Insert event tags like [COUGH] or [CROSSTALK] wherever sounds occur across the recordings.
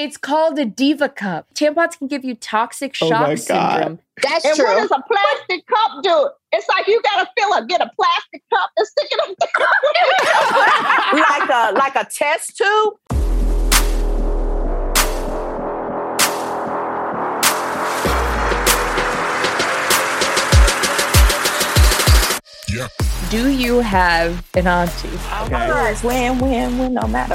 It's called a diva cup. Tampons can give you toxic Oh shock my God. syndrome. That's and true. what does a plastic cup do? It's like you gotta fill up, get a plastic cup and stick it up the like a like a test tube. Do you have an auntie? Always win, win, win, no matter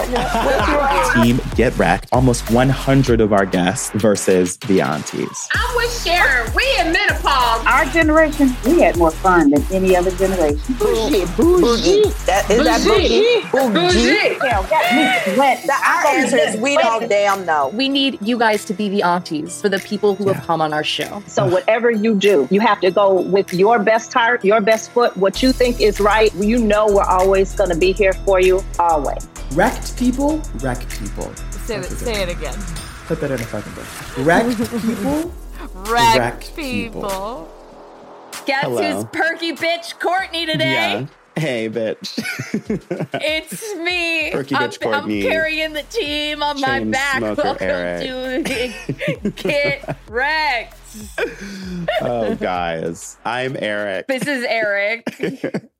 [LAUGHS] what. Team Get Racked, almost 100 of our guests versus the aunties. I'm with Sharon. We in menopause. our generation, we had more fun than any other generation. Bougie, bougie. That is that bougie. Bougie. Hell, got me sweating. That our answer [LAUGHS] is we don't damn know. We need you guys to be the aunties for the people who have come on our show. So whatever you do, you have to go with your best heart, your best foot, what you think is right. You know we're always going to be here for you, always. Wrecked people, wreck people. Say it, say it again. Put that in a fucking book. Wrecked people, Wrecked, Wrecked people. people. Guess Hello. who's perky bitch Courtney today? Yeah. Hey, bitch. [LAUGHS] It's me. Perky I'm, bitch I'm Courtney. carrying the team on my Chain back. smoker Welcome to [LAUGHS] [LAUGHS] Get Wrecked. oh, guys. I'm Eric. This is [LAUGHS] Eric,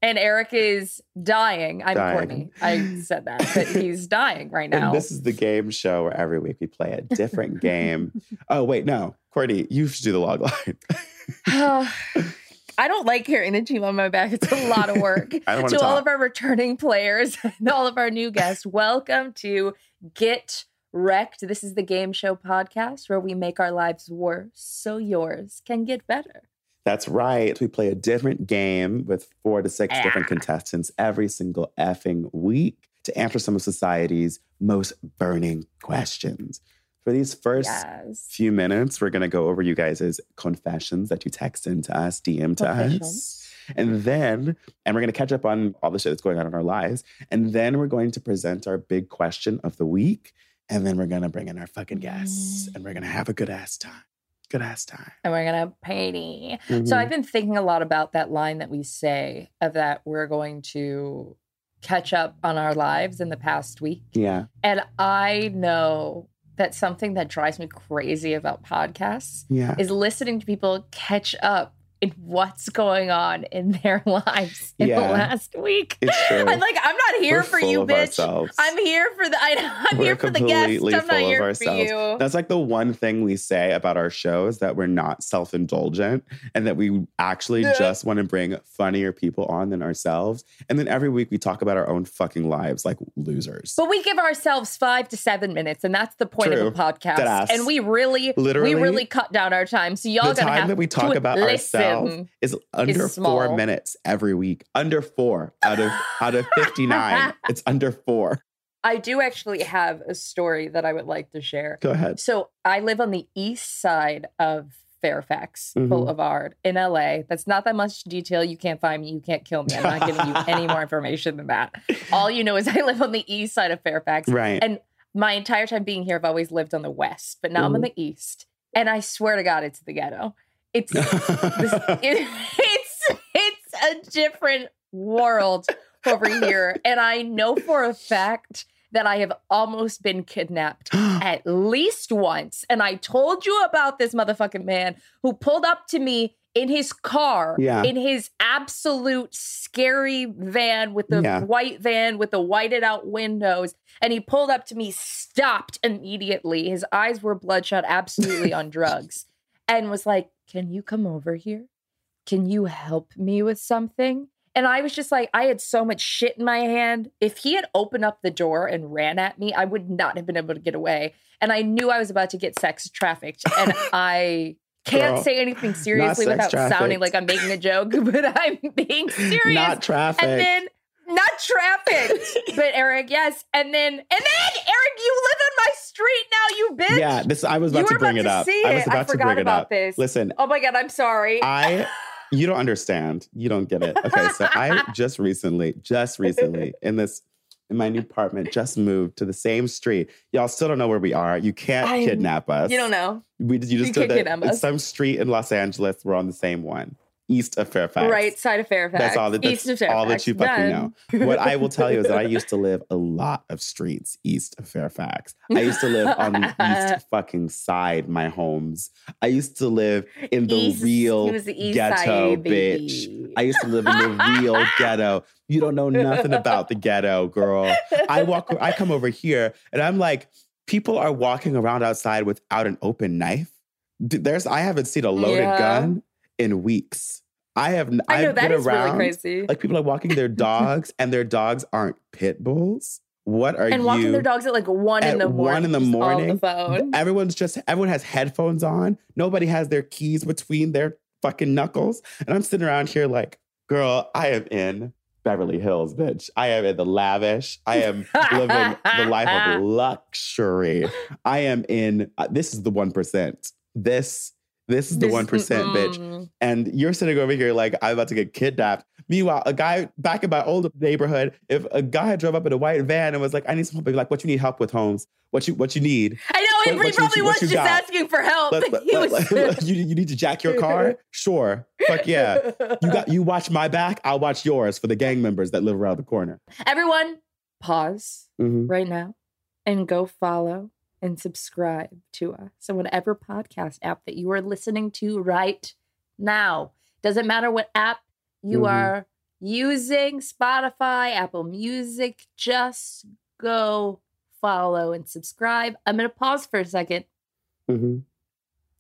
and Eric is dying. I'm Dying. Courtney. I said that, but he's dying right now. And this is the game show where every week we play a different game. Oh, wait, no. Courtney, you should do the log line. [SIGHS] I don't like carrying a team on my back. It's a lot of work. [LAUGHS] I don't to wanna all talk. of our returning players [LAUGHS] and all of our new guests, welcome to Get Wrecked. This is the game show podcast where we make our lives worse so yours can get better. That's right. We play a different game with four to six Ah. different contestants every single effing week to answer some of society's most burning questions. For these first Yes. few minutes, we're going to go over you guys' confessions that you text into us, DM to us. Confessions. And then, and we're going to catch up on all the shit that's going on in our lives. And then we're going to present our big question of the week. And then we're going to bring in our fucking guests and Mm. we're going to have a good ass time. Good ass time. Mm-hmm. And we're going to party. So I've been thinking a lot about that line that we say of that we're going to catch up on our lives in the past week. yeah. And I know that something that drives me crazy about podcasts Yeah. is listening to people catch up in what's going on in their [LAUGHS] lives in Yeah. the last week. [LAUGHS] It's true. I'm like, I'm not here We're for full you, of bitch. Ourselves. I'm here for the I, am We're here for the guests. I'm completely not full of here ourselves. for you. That's like the one thing we say about our shows that we're not self indulgent and that we actually Yeah. just want to bring funnier people on than ourselves. And then every week we talk about our own fucking lives like losers. But we give ourselves five to seven minutes, and that's the point True. of a podcast. That ass. And we really, Literally, we really cut down our time. So y'all the gonna time have that we talk to about listen. ourselves is under four small. minutes every week. Under four out of out of [LAUGHS] fifty nine. It's under four. I do actually have a story that I would like to share. Go ahead. So I live on the east side of Fairfax Mhm. Boulevard in LA. That's not that much detail. You can't find me. You can't kill me. I'm not giving you any more information than that. All you know is I live on the east side of Fairfax. Right. And my entire time being here, I've always lived on the west, but now I'm on the east. And I swear to God, it's the ghetto. It's [LAUGHS] this, it, [LAUGHS] it's it's a different world over here. And I know for a fact that I have almost been kidnapped [GASPS] at least once. And I told you about this motherfucking man who pulled up to me in his car, Yeah. in his absolute scary van with the Yeah. white van with the whited out windows. And he pulled up to me, stopped immediately. His eyes were bloodshot, absolutely [LAUGHS] on drugs, and was like, Can you come over here? Can you help me with something? And I was just like, I had so much shit in my hand. If he had opened up the door and ran at me, I would not have been able to get away. And I knew I was about to get sex trafficked. [LAUGHS] And I can't Girl, say anything seriously sex without sounding trafficked. like I'm making a joke, [LAUGHS] but I'm being serious. Not traffic. And then not trafficked, but Eric, yes. And then and then Eric, you live on my street now, you bitch. yeah, this I was You about to were about bring it to up. see I was it. I about to forgot bring it about up. this. Listen, Oh my god, I'm sorry. I you don't understand. You don't get it. Okay, so [LAUGHS] I just recently, just recently in this in my new apartment, just moved to the same street. Y'all still don't know where we are. You can't I- kidnap us. you don't know. We you just you did can't that. kidnap It's us. some street in Los Angeles. We're on the same one, east of Fairfax. Right side of Fairfax. That's all that- that's East of Fairfax. all that you fucking Done. What I will tell you is [LAUGHS] that I used to live a lot of streets east of Fairfax. I used to live on [LAUGHS] the east fucking side, my homes. I used to live in the East- real he was the east ghetto, side, baby. bitch. I used to live in the [LAUGHS] real ghetto. You don't know nothing about the ghetto, girl. [LAUGHS] I walk, I come over here, and I'm like, people are walking around outside without an open knife. D- There's, I haven't seen a loaded Yeah. gun in weeks. I have, n- I know I've that been is around. really crazy. Like people are [LAUGHS] walking their dogs, and their dogs aren't pit bulls. What are and you? walking their dogs at like one in at the morning. one in the just morning, On the phone. Everyone's just everyone has headphones on. Nobody has their keys between their fucking knuckles. And I'm sitting around here like, girl, I am in Beverly Hills, bitch. I am in the lavish. I am living the [LAUGHS] life of luxury. I am in uh, this is the one percent. This this is the This- one percent, bitch mm-mm. and you're sitting over here like I'm about to get kidnapped. Meanwhile, a guy back in my old neighborhood, if a guy drove up in a white van and was like, "I need some help," I'd be like, "What you need help with, Holmes? What you what you need? I know, What- and what he you- probably was what you just got? asking for help. Let- [LAUGHS] let- He let- was- let- [LAUGHS] you, you need to jack your [LAUGHS] car? Sure, fuck yeah." You got you watch my back, I'll watch yours for the gang members that live around the corner. Everyone, pause Mhm. right now and go follow and subscribe to us on whatever podcast app that you are listening to right now. Doesn't matter what app you Mhm. are using Spotify, Apple Music, just go follow and subscribe. I'm going to pause for a second. Mhm.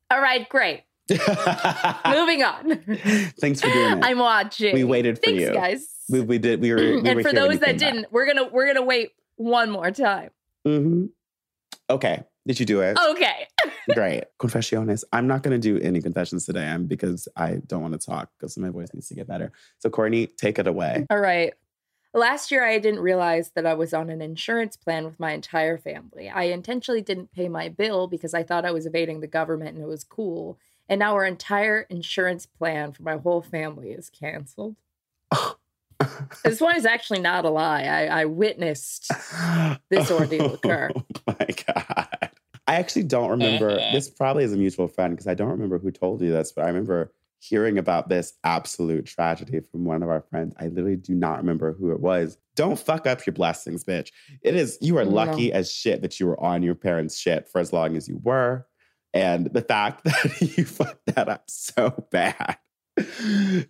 All right, great. Moving on. [LAUGHS] Ah. Thanks [LAUGHS] for doing it. I'm watching. we waited for Thanks, you. guys. We, we [CLEARS THROAT] did. We were. We were and for here when you those that came back. didn't, we're gonna we're gonna wait one more time. Mhm. Okay. Did you do it? Okay. Great. Confessiones. I'm not going to do any confessions today um, because I don't want to talk because my voice needs to get better. So, Courtney, take it away. All right. Last year, I didn't realize that I was on an insurance plan with my entire family. I intentionally didn't pay my bill because I thought I was evading the government and it was cool. And now our entire insurance plan for my whole family is canceled. this one is actually not a lie. I, I [LAUGHS] witnessed. [LAUGHS] This ordeal occur. Oh my God. I actually don't remember. this probably is a mutual friend because I don't remember who told you this, but I remember hearing about this absolute tragedy from one of our friends. I literally do not remember who it was. Don't fuck up your blessings, bitch. It is, you are No. lucky as shit that you were on your parents' shit for as long as you were. And the fact [LAUGHS] that you fucked that up so bad.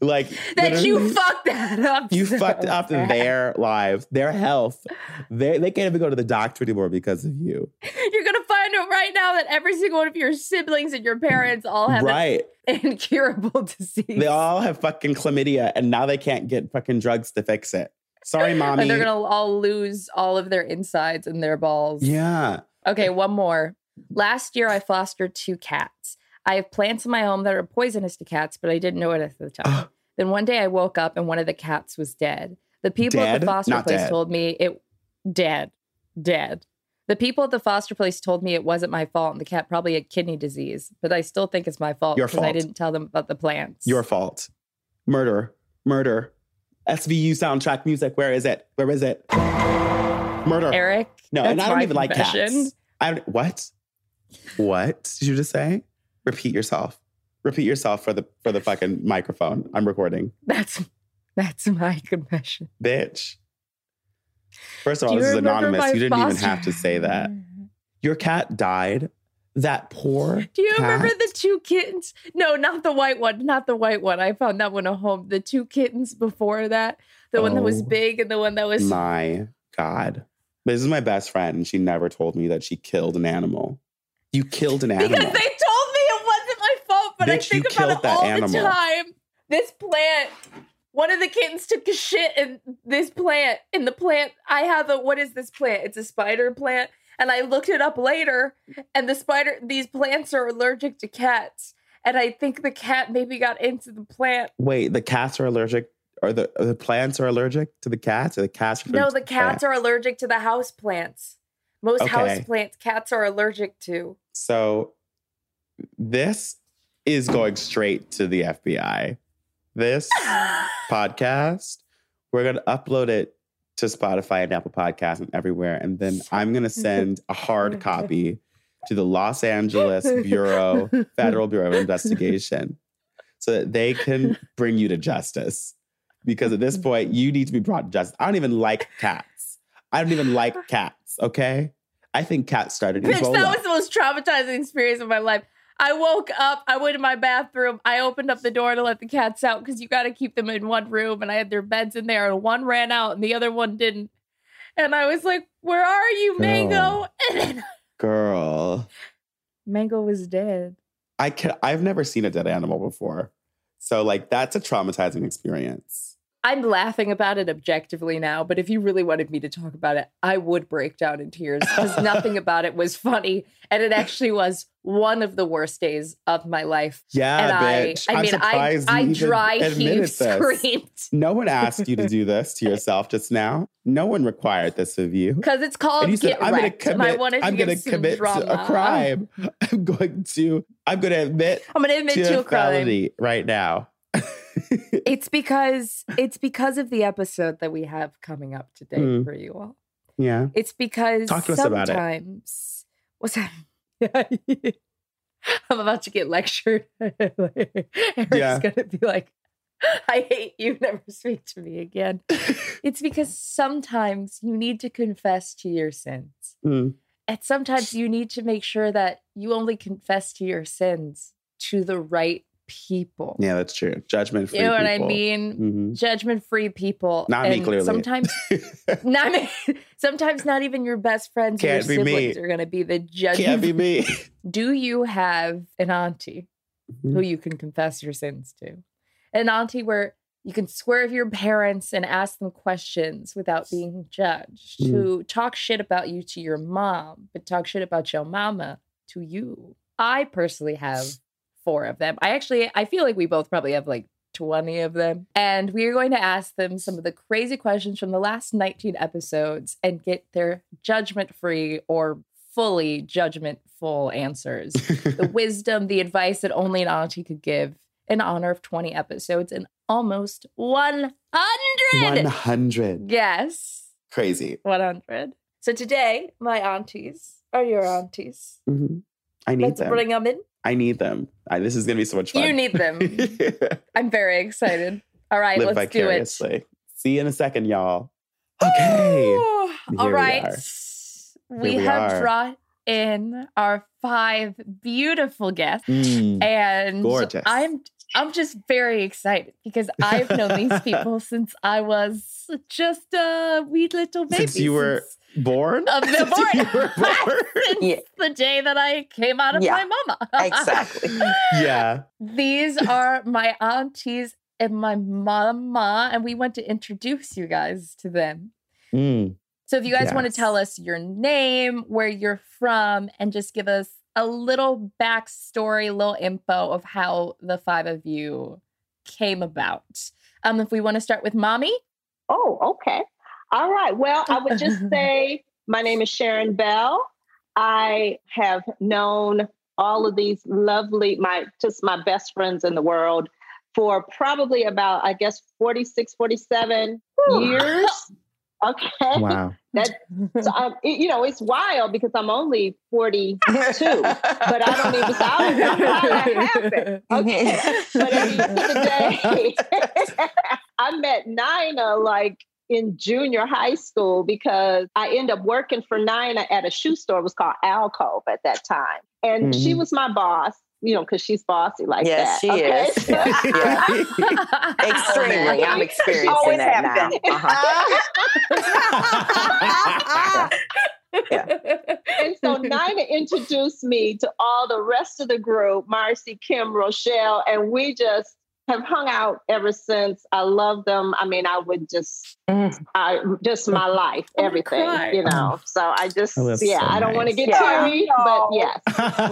Like That you literally- fucked that up. [LAUGHS] you so fucked up bad. their lives, their health. They they can't even go to the doctor anymore because of you. [LAUGHS] You're gonna find out right now that every single one of your siblings and your parents all Oh, have an Right. incurable [LAUGHS] disease. They all have fucking chlamydia and now they can't get fucking drugs to fix it. Sorry, [LAUGHS] mommy. and they're gonna all lose all of their insides and their balls. yeah. Okay, one more. Last year, I fostered two cats. I have plants in my home that are poisonous to cats, but I didn't know it at the Ah. time. then one day, I woke up and one of the cats was dead. The people at Dead? the foster Not place dead. told me it dead, dead. The people at the foster place told me it wasn't my fault, and the cat probably had kidney disease. But I still think it's my fault Your I fault. didn't tell them about the plants. Your fault. Murder. Murder. SVU soundtrack music. Where is it? Where is it? Murder. Eric. no, and that's I don't my even like confession. [LAUGHS] cats. I what? What did you just say? Repeat yourself. Repeat yourself for the for the fucking microphone. I'm recording. That's that's my confession. bitch. First of all, Do you this is remember anonymous. my You didn't even foster- have to say that. Your cat died that poor. Do you remember cat- the two kittens? No, not the white one. Not the white one. I found that one at home. The two kittens before that. The one that was Oh. big and the one that was. My God. This is my best friend. and She never told me that she killed an animal. You killed an Because they animal. told me it wasn't my fault, but I Bitch, you think about killed it that all the animal. time. This plant, one of the kittens took a shit in this plant. In the plant, I have a what is this plant? It's a spider plant, and I looked it up later. And the spider, these plants are allergic to cats, and I think the cat maybe got into the plant. Wait, the cats are allergic, or the, or the plants are allergic to the cats, or the cats? Are No, the cats are allergic to the house plants. Most Okay. house plants, cats are allergic to. So this is going straight to the FBI. [LAUGHS] This podcast, we're going to upload it to Spotify and Apple Podcasts and everywhere. And then I'm going to send [LAUGHS] a hard copy to the Los Angeles [LAUGHS] Bureau, Federal Bureau of Investigation, so that they can bring you to justice. Because at this point, you need to be brought to justice. I don't even like cats. I don't [LAUGHS] even like cats, okay? I think cats started Bitch, Ebola. that was the most traumatizing experience of my life. I woke up, I went to my bathroom, I opened up the door to let the cats out because you got to keep them in one room. And I had their beds in there, and one ran out and the other one didn't. And I was like, Where are you, Mango? [LAUGHS] Girl. And then Girl, Mango was dead. I can, I've never seen a dead animal before. So like that's a traumatizing experience. I'm laughing about it objectively now, but if you really wanted me to talk about it, I would break down in tears because nothing about it was funny. And it actually was one of the worst days of my life. Yeah, and bitch. I, I I'm mean, I, surprised you I even dry [LAUGHS] admitted heaved this. screamed No one asked you to do this to yourself just now. No one required this of you. because it's called And you said, get "I'm going to wrecked. and I commit. wanted to I'm give going to some commit drama. to a crime. [LAUGHS] I'm going to. I'm going to admit I'm gonna admit to, to a a crime. felony right now." [LAUGHS] It's because it's because of the episode that we have coming up today Mm. for you all. Yeah. It's because Talk to us about it. sometimes what's that? [LAUGHS] I'm about to get lectured. [LAUGHS] Eric's Yeah. gonna be like, I hate you, never speak to me again. [LAUGHS] it's because sometimes you need to confess to your sins. Mm. And sometimes you need to make sure that you only confess to your sins to the right people. Yeah, that's true. Mm-hmm. Judgment free. Hmm. You know what I mean? [LAUGHS] Judgment free people. Not me, clearly. Sometimes not [LAUGHS] me. sometimes not even your best friends or your Can't be me. siblings are going to be the judge. Can't be me. Do you have an auntie [LAUGHS] who Mm-hmm. you can confess your sins to? An auntie where you can swear to your parents and ask them questions without being judged, Mm. who talk shit about you to your mom, but talk shit about your mama to you. I personally have four of them. I actually, I feel like we both probably have like 20 of them. And we are going to ask them some of the crazy questions from the last 19 episodes and get their judgment free or fully judgmentful [LAUGHS] answers. the wisdom, the advice that only an auntie could give in honor of 20 episodes and almost 100. One hundred. Yes, Crazy. 100. So today, my aunties are your aunties. Mhm. I need Let's them. bring them in. I need them. I, this is gonna be so much fun. You [LAUGHS] need them. I'm very excited. All right, Live let's do it. vicariously. See you in a second, y'all. [LAUGHS] Okay. Ooh, All Here we right. are. We, Here we have are. brought in our five beautiful guests. Mm. And Gorgeous. I'm I'm just very excited because I've known [LAUGHS] these people since I was just a wee little baby. Since you were since- [LAUGHS] born? Of the [LAUGHS] Since born- you [LAUGHS] were born? since Yeah. the day that I came out of Yeah. my mama. [LAUGHS] Exactly. yeah. [LAUGHS] These are my aunties and my mama, and we want to introduce you guys to them. Mm. So if you guys want to Yes. tell us your name, where you're from, and just give us a little backstory, little info of how the five of you came about. Um, if we want to start with mommy, Oh, okay. All right. Well, I would just say my name is Sharon Bell. I have known all of these lovely, my just my best friends in the world for probably about, I guess, 46, 47 years. Okay. [LAUGHS] Wow. That, so, um, it- you know, it's wild because I'm only 42, but I don't [LAUGHS] even, so I don't know how that happened. [LAUGHS] [LAUGHS] Okay. but at the end of the day, I met Nina like in junior high school because I ended up working for Nina at a shoe store. It was called Alcove at that time. And she Mhm. was my boss, you know, because she's bossy like that. Yes, she [LAUGHS] is. Yeah. Extremely. I'm experiencing Always that happen. [LAUGHS] now. Uh-huh. and [LAUGHS] so Nina introduced me to all the rest of the group, Marcy, Kim, Rochelle, and we just have hung out ever since. I love them. I mean, I would just, Mm. I just my life, I'm Oh gonna everything, cry. you know. So I just, Oh, that's yeah, so I don't want to nice. get Yeah. teary,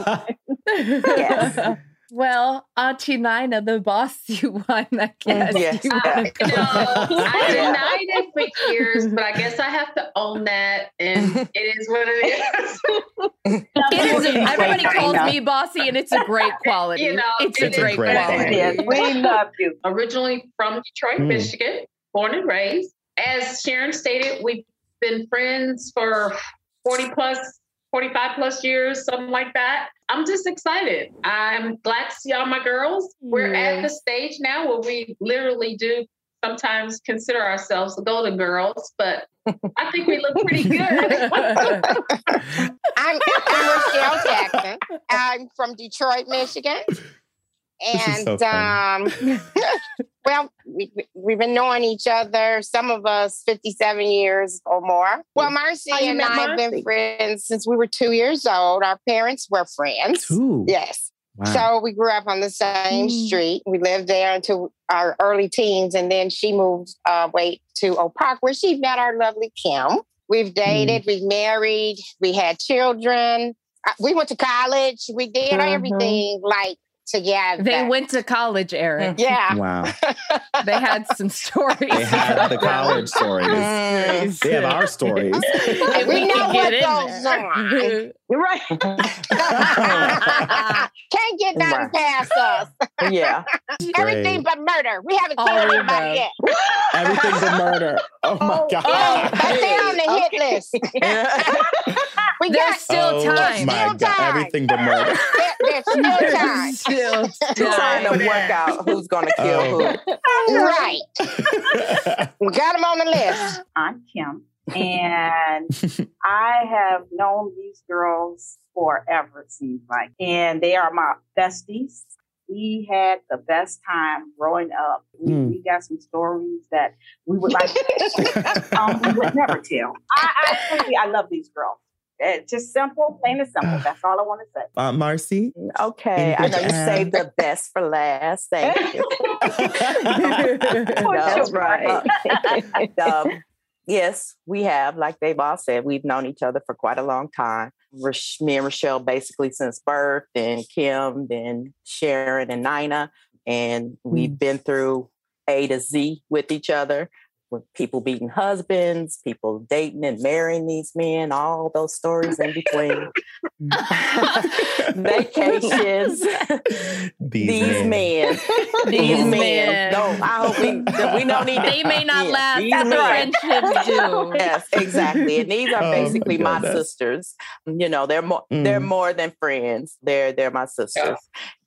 but yes, Yes. [LAUGHS] Well, Auntie Nina, the boss [LAUGHS] you won, I guess. Yes. You Yeah. won. No, I Yeah. denied it for years, but I guess I have to own that, and it is what it is. It is, everybody Nina. calls me bossy, and it's a great quality. You know, it's it a is great great. quality. Yes, we love you. Originally from Detroit, Mm. Michigan, born and raised. As Sharon stated, we've been friends for 40 plus, 45 plus years, something like that. I'm just excited. I'm glad to see all my girls. We're at the stage now where we literally do sometimes consider ourselves the golden girls, but I think we look pretty [LAUGHS] good. I'm, I'm Rochelle Jackson. I'm from Detroit, Michigan. This is And so um, well, we, we- we've been knowing each other, some of us 57 years or more. Well, Marcy Oh, you and met I have Marcy. been friends since we were two years old. Our parents were friends. Two. Yes. Wow. So we grew up on the same street. We lived there until our early teens, and then she moved uh, away to Oak Park, where she met our lovely Kim. We've dated, we married, we had children. Uh, We went to college. We did Mm-hmm. [LAUGHS] Mhm. everything like [GASPS] together. They went to college, Eric. Yeah. [LAUGHS] wow. They had some stories. They had [LAUGHS] the college [LAUGHS] stories. Mm. They have our stories. And we, know could what get in goes on. Mm-hmm. there. you're right. [LAUGHS] Can't get nothing Right. past us. Yeah. Everything but murder. Oh, We haven't All killed of them. anybody yet. Everything's a murder. Oh my God. Oh, but they're on the hit list. [LAUGHS] We There's got still oh time. my Still God. time. Everything but murder. there, [LAUGHS] there's still time. There's still We're trying time. to work out who's [LAUGHS] going to kill who. Right. We got them on the list. I'm Kim, [LAUGHS] and I have known these girls forever, it seems like. And they are my besties. We had the best time growing up. We, Hmm. we got some stories that we would like um, we [LAUGHS] [LAUGHS] would never tell. I, I truly, I love these girls. Uh, just simple, plain and simple. That's all I want to say. Aunt Uh, Marcy. Okay. I know you saved the best for last. Thank [LAUGHS] you. [LAUGHS] That's No. right. [LAUGHS] [LAUGHS] Um, yes, we have. Like they've all said, we've known each other for quite a long time. Roch- me and Rochelle basically since birth, then Kim, then Sharon and Nina. And we've been through A to Z with each other, with people beating husbands, people dating and marrying these men, all those stories in between. [LAUGHS] [LAUGHS] Vacations. These, These [LAUGHS] men. These men. No, I hope we, that we don't need They may not Yeah, last, these but the men. [LAUGHS] friendships do. yes, exactly. And these [LAUGHS] Oh, are my basically my, goodness. sisters. um, You know, they're more they're Mm. more than friends. They're they're my sisters.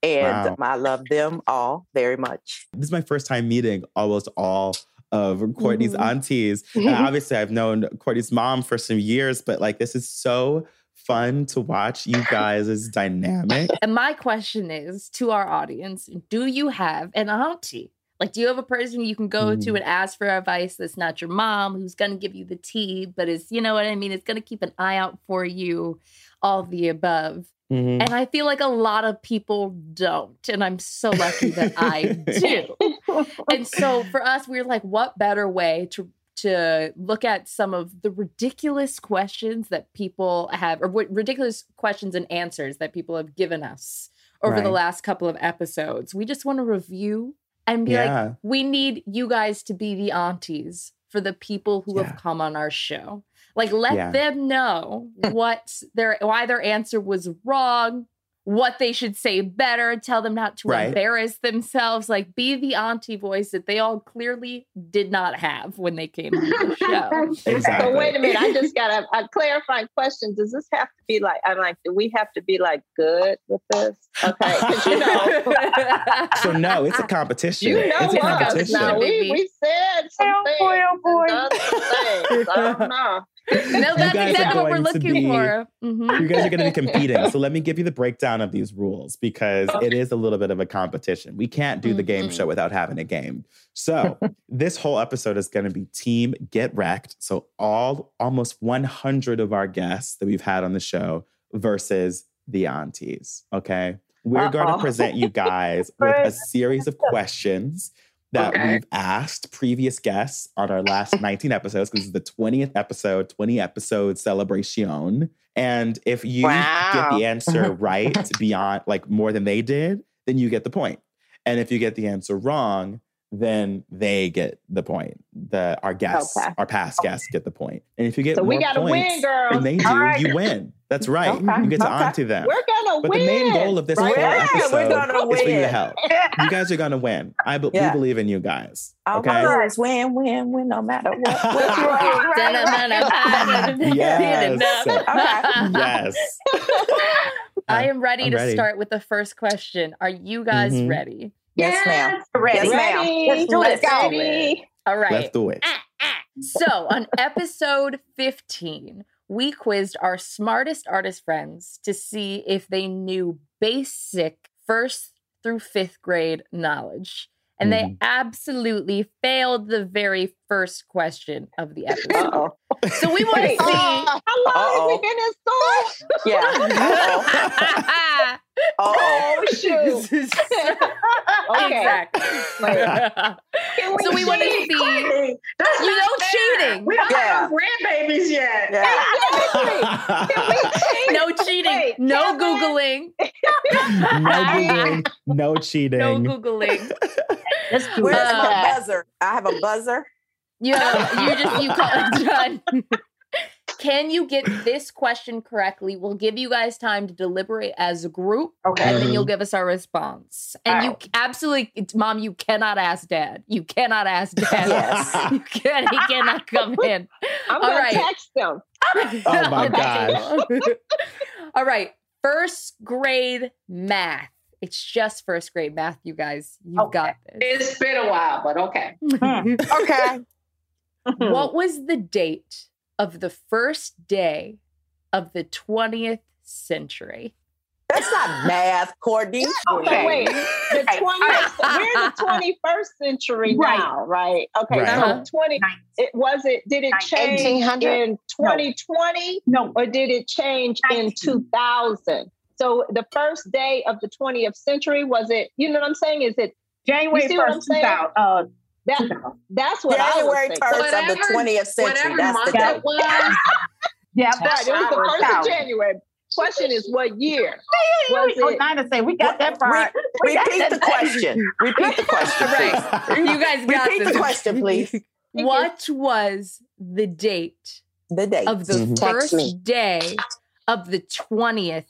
And Wow. I love them all very much. This is my first time meeting almost all of Courtney's Mhm. aunties. And obviously, I've known Courtney's mom for some years, but like this is so fun to watch you guys is dynamic. And my question is to our audience do you have an auntie? Like, do you have a person you can go to Mm. and ask for advice that's not your mom, who's going to give you the tea, but is, you know what I mean? It's going to keep an eye out for you, all of the above. Mhm. And I feel like a lot of people don't. And I'm so lucky that [LAUGHS] I do. [LAUGHS] And so for us, we were like, what better way to to look at some of the ridiculous questions that people have, or what ridiculous questions and answers that people have given us over the Right. last couple of episodes. We just want to review and be like, Yeah. we need you guys to be the aunties for the people who Yeah. have come on our show. Like, let Yeah. [LAUGHS] them know what their why their answer was wrong, what they should say better, tell them not to Right. embarrass themselves, like be the auntie voice that they all clearly did not have when they came on the show. Exactly. So "Oh, wait a minute. I just got a, a clarifying question. Does this have to be like? I'm like, do we have to be like good with this? Okay, 'cause you [LAUGHS] know, So no, it's a competition. you know it's a what? competition. Now we, we said some things. and done some [LAUGHS] things. Uh-huh. I don't know. [LAUGHS] no, that's guys are exactly what we're going to looking be- for. Mhm. you guys are going to be competing. So let me give you the breakdown of these rules because it is a little bit of a competition. We can't do the game show without having a game. So this whole episode is going to be team get wrecked. So all almost 100 of our guests that we've had on the show versus the aunties. Okay. We're going Uh-oh. to present [LAUGHS] you guys with a series of questions that Okay. we've asked previous guests on [LAUGHS] our last 19 episodes. 'cause This is the 20th episode, 20 episode celebration. And if you get Wow. [LAUGHS] the answer right beyond like more than they did, then you get the point. And if you get the answer wrong, then they get the point. The our guests, Okay. our past guests get the point. And if you get So we more gotta win, points girl. than they do, All right. you win. That's right. Okay. You get to Okay. auntie them. We're gonna But win. the main goal of this right? whole episode we're gonna is for you to [LAUGHS] win. help. You guys are gonna win. I be- Yeah. we believe in you guys. Oh All Okay. [LAUGHS] my girls win, win, win, no matter what. what you [LAUGHS] are. [LAUGHS] Dun-dun-dun-dun-dun. Yes. [LAUGHS] Dun-dun-dun. [LAUGHS] yes. I am ready I'm to ready. start with the first question. Are you guys Mhm. ready? Yes, ma'am. Ready. Yes, ma'am. Let's do Let's this. go. All right. Let's do it. So, on episode 15, we quizzed our smartest artist friends to see if they knew basic first through fifth grade knowledge. And they absolutely failed the very first question of the [LAUGHS] episode. Uh-oh. so, we want to Wait. see. Oh, How long have Uh-oh. we been in school? [LAUGHS] Yeah. Uh-oh. [LAUGHS] Uh-oh. [LAUGHS] Oh [LAUGHS] shoot. [LAUGHS] okay. Exactly. Can So we want to cheat? see. Courtney, That's We not don't fair. cheating. We don't Yeah. have no grandbabies yet. Yeah. Exactly. Can we cheat? No cheating. Wait, no can I- Googling. no [LAUGHS] Googling, no cheating. No [LAUGHS] Googling. Where's my Uh, buzzer? I have a buzzer. [LAUGHS] You, you just you call [LAUGHS] it done. [LAUGHS] Can you get this question correctly? We'll give you guys time to deliberate as a group, and then you'll give us our response. And you absolutely, it's- mom, you cannot ask dad. You cannot ask dad. Yes. [LAUGHS] you can. He cannot come in. I'm All gonna right. text them. Oh [LAUGHS] my gosh. All right. First grade math. It's just first grade math, you guys. You've Okay. got this. It's been a while, but okay. Okay. what was the date of the first day of the 20th century? That's not math, Courtney. Okay, Oh, wait. The 20th, we're right. the 21st century Right. now, right? Okay, Right. Uh-huh. so 20, it was it, did it change 1800? in 2020 No. or did it change in 19. 2000? So the first day of the 20th century, was it, you know what I'm saying? Is it, January You see what I'm 1st, 2000. Uh, that, 2000. that's what January I was 1st thinking. of the Whatever- 20th century. Whatever That's the month day. it was, Yeah, Right, that's it was what I was the 1st of counting. January. Question is what year? Yeah, Was we- oh, it- Nina said we got that part. [LAUGHS] Re- We got repeat that the part. question. Repeat the question. please. [LAUGHS] You guys got Repeat this. the question, please. What was the date The date. of the Mhm. Text me. first day of the 20th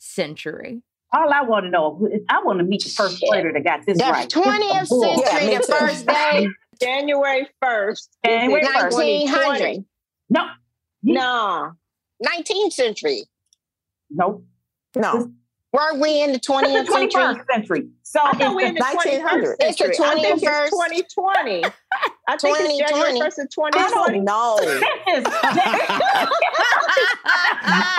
century? All I want to know is I want to meet the first grader that got this The right. 20th This a bull. Yeah, century, me the too. first day, January 1st. is it January 1st. 2020? 1900, No, No. 19th century. no. No. Were we in the It's 20th the century? 21st century. So I thought it's we in the 1900. 21st It's the century. I think 21st. it's 2020. I think it's January 2020. 1st of I 2020. don't know. this.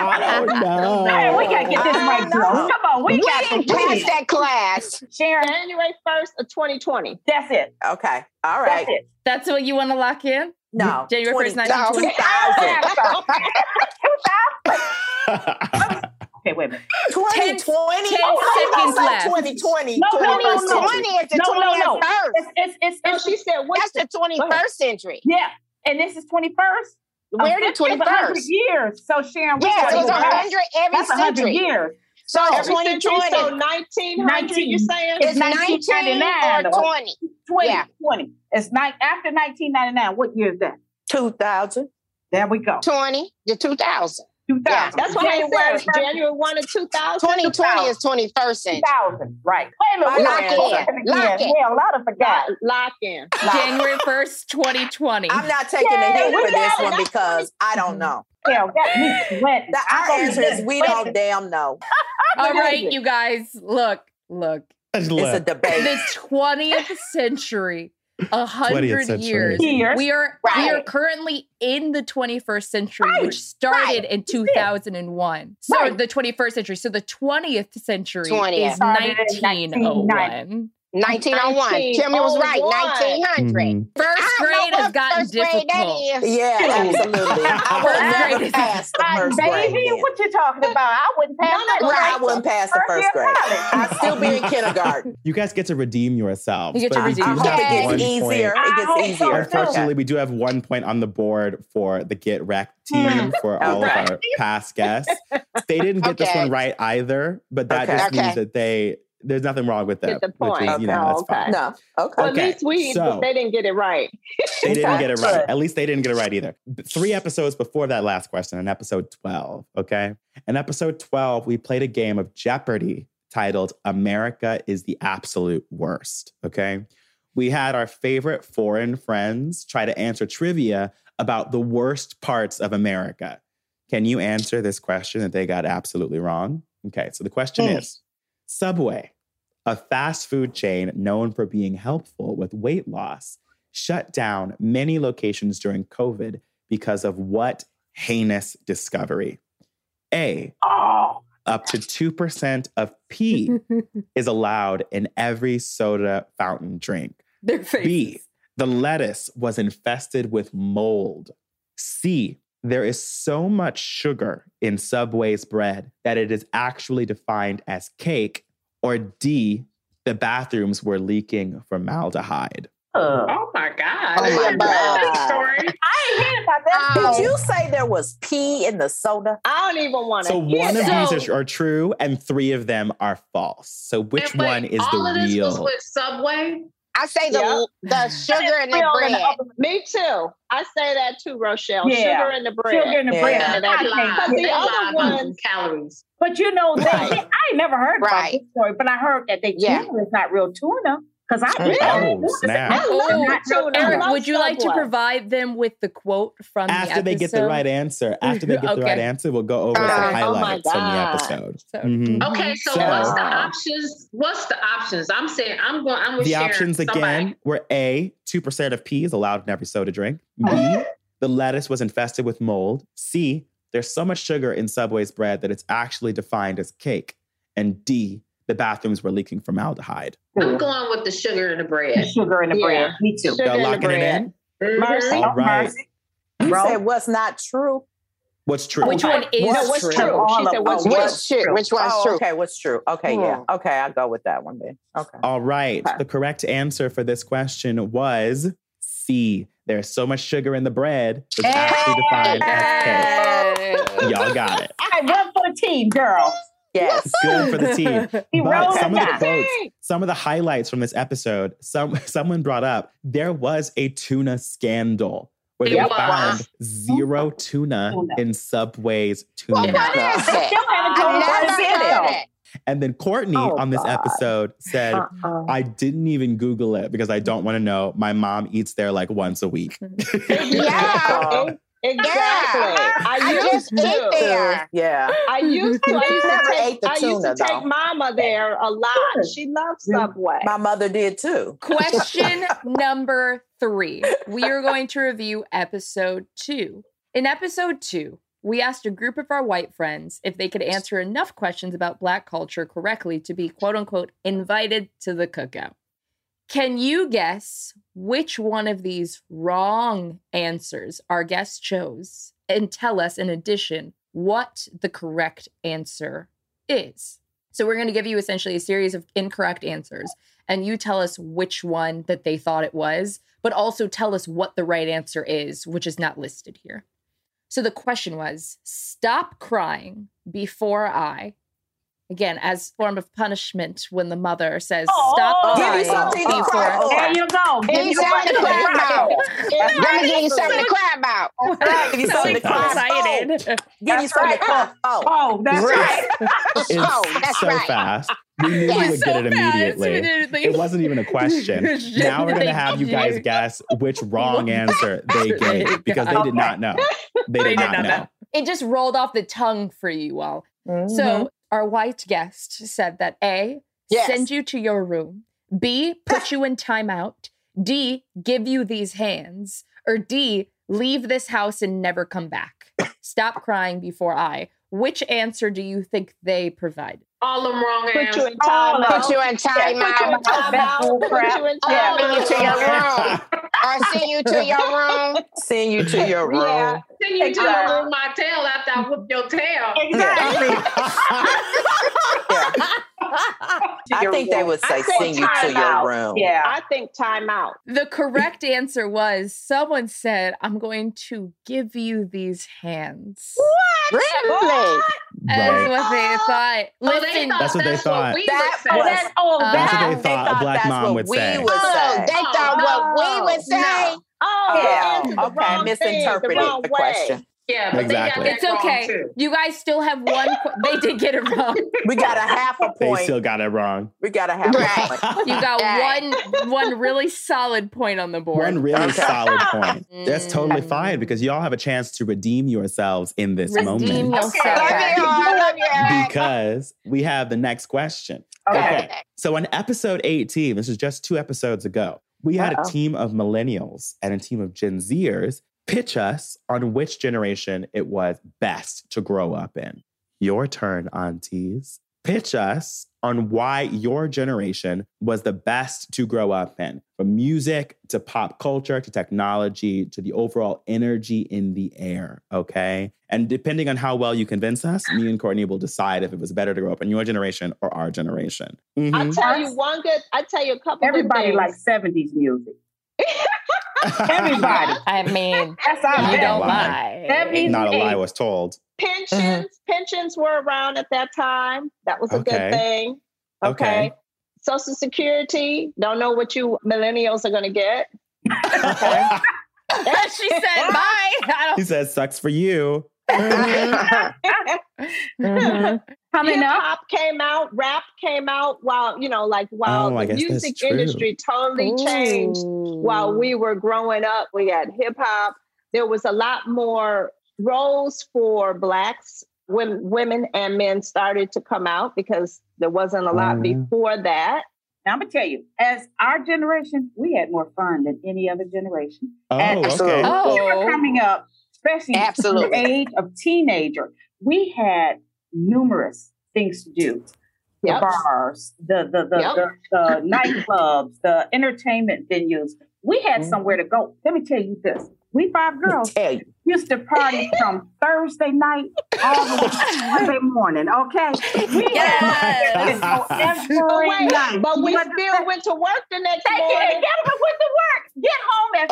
I don't [LAUGHS] know. Man, we gotta get this I right, don't girl. know. Come on, we, We got didn't to win. pass that class. Sharon, January 1st of 2020. that's it. Okay. All That's right. it. That's what you want to lock in? No. January 1st, 20 1920. 2000. [LAUGHS] Okay, wait a minute. 2020. ten Oh, seconds I left. was like 2020. No, no, no, 21st no. century. 20 is the No, no, no. 21st. It's, it's, it's, No, it's she said, That's what's the 21st century. yeah. And this is 21st? We're the 100 21st. years. So, Sharon, we Yes, gotta it's go back. 100 every That's 100 century. years. So every century? So 2020 1900, you 19. saying? It's is 19 1999. or 20. 20, Yeah. 20. It's ni- after 1999. What year is that? 2000. There we go. 20 to 2000. 2000. That's what I January said. first. January 1 of 2000. 2020 is 21st century. 2000, right. Wait Lock in. Lock in. Hell, I done forgot. Lock in. January 1st, 2020. I'm not taking the Yay, hit we for this got it. one because I don't know. Hell, got me sweating. The, I'm our gonna answer get is we sweating. don't damn know. All right, you guys, look, look. It's a debate. The 20th century, a 20th hundred century. years. Years. We are we are Right. currently in the 21st century, which started in 2001. So Right. the 21st century. So the 20th century 20th. is Started in 1901. 1901. Kim was oh right. 1901. 1900. Mm-hmm. First I don't know grade has what gotten first difficult. grade that is. Yeah, absolutely. I would never Right. pass the Hot first grade. baby, then. what you talking about? I wouldn't pass Right, that. I wouldn't pass the First first year grade. college. I'd still be in kindergarten. You guys get to redeem yourselves. You get to but we redeem do I have one hope it gets point. easier. I It hope so, gets easier. Unfortunately, we do have one point on the board for the Get Wrecked team for all Right. of our past guests. They didn't get this Okay. one right either, but that Okay. just means Okay. that they there's nothing wrong with them, Get the which is point. you know Okay. that's Okay. fine. No. Okay. Well, Okay, at least we so- they didn't get it right. They didn't Okay. get it right. At least they didn't get it right either. B- Three episodes before that last question, in episode 12, okay? In episode 12, we played a game of Jeopardy titled America is the Absolute Worst, okay? We had our favorite foreign friends try to answer trivia about the worst parts of America. Can you answer this question that they got absolutely wrong? Okay, so the question Hmm. is Subway, a fast food chain known for being helpful with weight loss, shut down many locations during COVID because of what heinous discovery? A, Oh, up to 2% of [LAUGHS] pee is allowed in every soda fountain drink. Their faces. B, the lettuce was infested with mold. C, there is so much sugar in Subway's bread that it is actually defined as cake. Or D, the bathrooms were leaking formaldehyde. uh, Oh my God. Oh, my I didn't know God. this story. I ain't hear about that. Oh. Did you say there was pee in the soda? I don't even want to. So one of So- these are, are true, and three of them are false. So which And wait, one is all the of this was real? with Subway? I say the Yep. the sugar and the Real and bread. other- Me too. I say that too, Rochelle. Yeah. Sugar in the bread. Sugar and the Yeah. bread. Yeah, I that- lied. But the They lied other about ones- calories. But you [LAUGHS] know, they, Right. they- I ain't never heard about Right. this story, but I heard that they Yeah. tuna is not real tuna because I Really? eat all [LAUGHS] Oh, tuna. snap. I love Oh, tuna. I Eric, love would you like to Subway. provide them with the quote from the After they get the episode? right answer, [LAUGHS] after they get the right Okay. answer, we'll go over Uh, some oh my highlights from the God. episode. So- Mhm. Okay, so, So- what's the options? What's the options? I'm saying I'm going. I'm with The Sharon, options somebody. again were A, 2% of pee is allowed in every soda drink. B, Oh. the lettuce was infested with mold. C, there's so much sugar in Subway's bread that it's actually defined as cake. And D, the bathrooms were leaking formaldehyde. I'm going with the sugar and the The bread. Mm-hmm. sugar and the Yeah. bread. Me too. Sugar Y'all in the locking it bread. in? Mercy. All Oh, right. mercy. You Bro. said what's not true. What's true? Which one is No, what's true? true? All She of- said what's oh, true. Which shit? Which one's oh, true? okay. What's true? Okay, yeah. Okay, I'll go with that one then. Okay. All right. Okay. The correct answer for this question was C. There's so much sugar in the bread. It's actually defined as cake. Y'all got it. All right, one for the team, girl. Yes. Good for the team. He But rolled some it of the down. quotes, some of the highlights from this episode, some [LAUGHS] someone brought up there was a tuna scandal where they Yep. found zero tuna Tuna. in Subway's tuna. Oh, What is I it? still haven't I told don't him what never it see is, it. heard though. it. And then Courtney Oh, on this God. episode said, Uh-uh. I didn't even Google it because I don't want to know. My mom eats there like once a week. Yeah. Oh, e-, Exactly. Yeah. I just used ate to. there. yeah. I used to. I used Never to ate take. the I used to tuna, though. take Mama there a lot. She loves Yeah. Subway. My mother did too. [LAUGHS] Question number three. We are going to review episode two. In episode two, we asked a group of our white friends if they could answer enough questions about Black culture correctly to be quote unquote invited to the cookout. Can you guess which one of these wrong answers our guests chose and tell us, in addition, what the correct answer is? So, we're going to give you essentially a series of incorrect answers and you tell us which one that they thought it was, but also tell us what the right answer is, which is not listed here. So the question was stop crying before I Again, as form of punishment when the mother says, Oh, "Stop give crying." me something to before-" cry for. There you go. Give me something to cry about. That's Let me give you right. something to cry about. [LAUGHS] Give you something to cry [LAUGHS] excited. Give you something to cry for. Oh, that's Grace. right. It's Oh, that's so right. fast. We knew It we was would so get it fast. [LAUGHS] immediately. We didn't think- It wasn't even [LAUGHS] a question. Just now we're going to thank have you you. guys guess which wrong answer they gave because they did not know. They did not know. It just rolled off the tongue for you all. So our white guest said that A, Yes. send you to your room, B, put you in timeout, D, give you these hands, or D, leave this house and never come back. Stop crying before I. Which answer do you think they provided? All them wrong Put you answers. in time Put you in Yeah, timeout. put you in time out. Put you in time Send you out. to your room. Or send you to your room. Send you to your room. Yeah. Then you do Exactly. room my tail after I whoop your tail. Exactly. Yeah. To I your think they room. would I say said send you to time out. your room. Yeah. I think time out. The correct answer was someone said, I'm going to give you these hands. Really? That's Right. what they thought. Oh, Listen, they thought That's what they thought. we That would say. was- That's, oh, Uh, that's That's what they They thought a thought black that's mom what would we say. would Oh, say. they thought what we would say. Oh, Yeah. they answered the okay, wrong misinterpreted thing, the wrong the way. question. Yeah, but they Exactly. got It's that wrong okay. too. You guys still have one. qu- they did get it wrong. We got a half [LAUGHS] a They point. still got it wrong. we got a half a Right. point. You [LAUGHS] got one Right. one really solid point on the board. One really Okay. solid point. That's totally Mm. fine because y'all have a chance to redeem yourselves in this Redeem moment. yourself. Okay. Love Okay. you all. Love you, Eric. because we have the next question. Okay. Okay. So in episode 18, this is just two episodes ago, we had a Uh-oh. team of millennials and a team of Gen Zers pitch us on which generation it was best to grow up in. Your turn, aunties. Pitch us on why your generation was the best to grow up in, from music to pop culture to technology to the overall energy in the air. Okay. And depending on how well you convince us, me and Courtney will decide if it was better to grow up in your generation or our generation. Mhm. Mm-hmm. I'll tell you one good, I'll tell you a couple Everybody good things. likes 70s music. Everybody. I mean, That's our you Not a don't best. lie. lie. That means- [LAUGHS] Not a lie, I Eight. was told. [LAUGHS] Pensions, Mm-hmm. pensions were around at that time. That was a Okay. good thing. Okay. Okay. Social Security, don't know what you millennials are going to get. [LAUGHS] she said bye. I [LAUGHS] [LAUGHS] he says, sucks for you. Oh, Mm-hmm. Mm-hmm. Hip hop came out, rap came out while, you know, like while Oh, I the guess that's music true. industry totally don't. changed while we were growing up. We had hip hop. There was a lot more roles for blacks. When women and men started to come out because there wasn't a lot Oh, yeah. before that. Now, I'm going to tell you, as our generation, we had more fun than any other generation. Oh, okay. Absolutely. When we were Oh, coming up, especially Absolutely. the age of teenager, we had numerous things to do. The Yep. bars, the the the, Yep. the, the nightclubs, the entertainment venues. We had somewhere to go. Let me tell you this. We five Let girls me tell you. used to party from Thursday night all the way to Monday morning. Okay. We Yes. had to [LAUGHS] go But every night. wait, but we You still went to work the next Take it [LAUGHS] and morning. get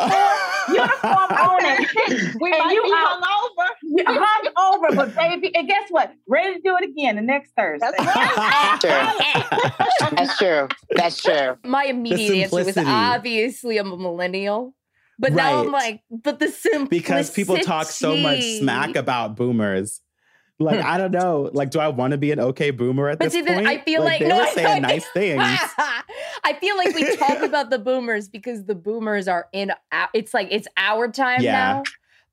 up and went to work. Get home at four, uniform [LAUGHS] on at six. We And might you be out. hungover. You hung over, but baby, and guess what? Ready to do it again the next Thursday. That's right. That's true. That's true. my immediate answer was simplicity. obviously I'm a millennial, but now I'm Right. like, but the simplicity. [LAUGHS] because people talk so much smack about boomers. Like, I don't know. Like, do I want to be an okay boomer at But this see, then point? I feel like- they no, were I saying know. [LAUGHS] nice things. I feel like we [LAUGHS] talk about the boomers because the boomers are in. ou- It's like it's our time Yeah. now.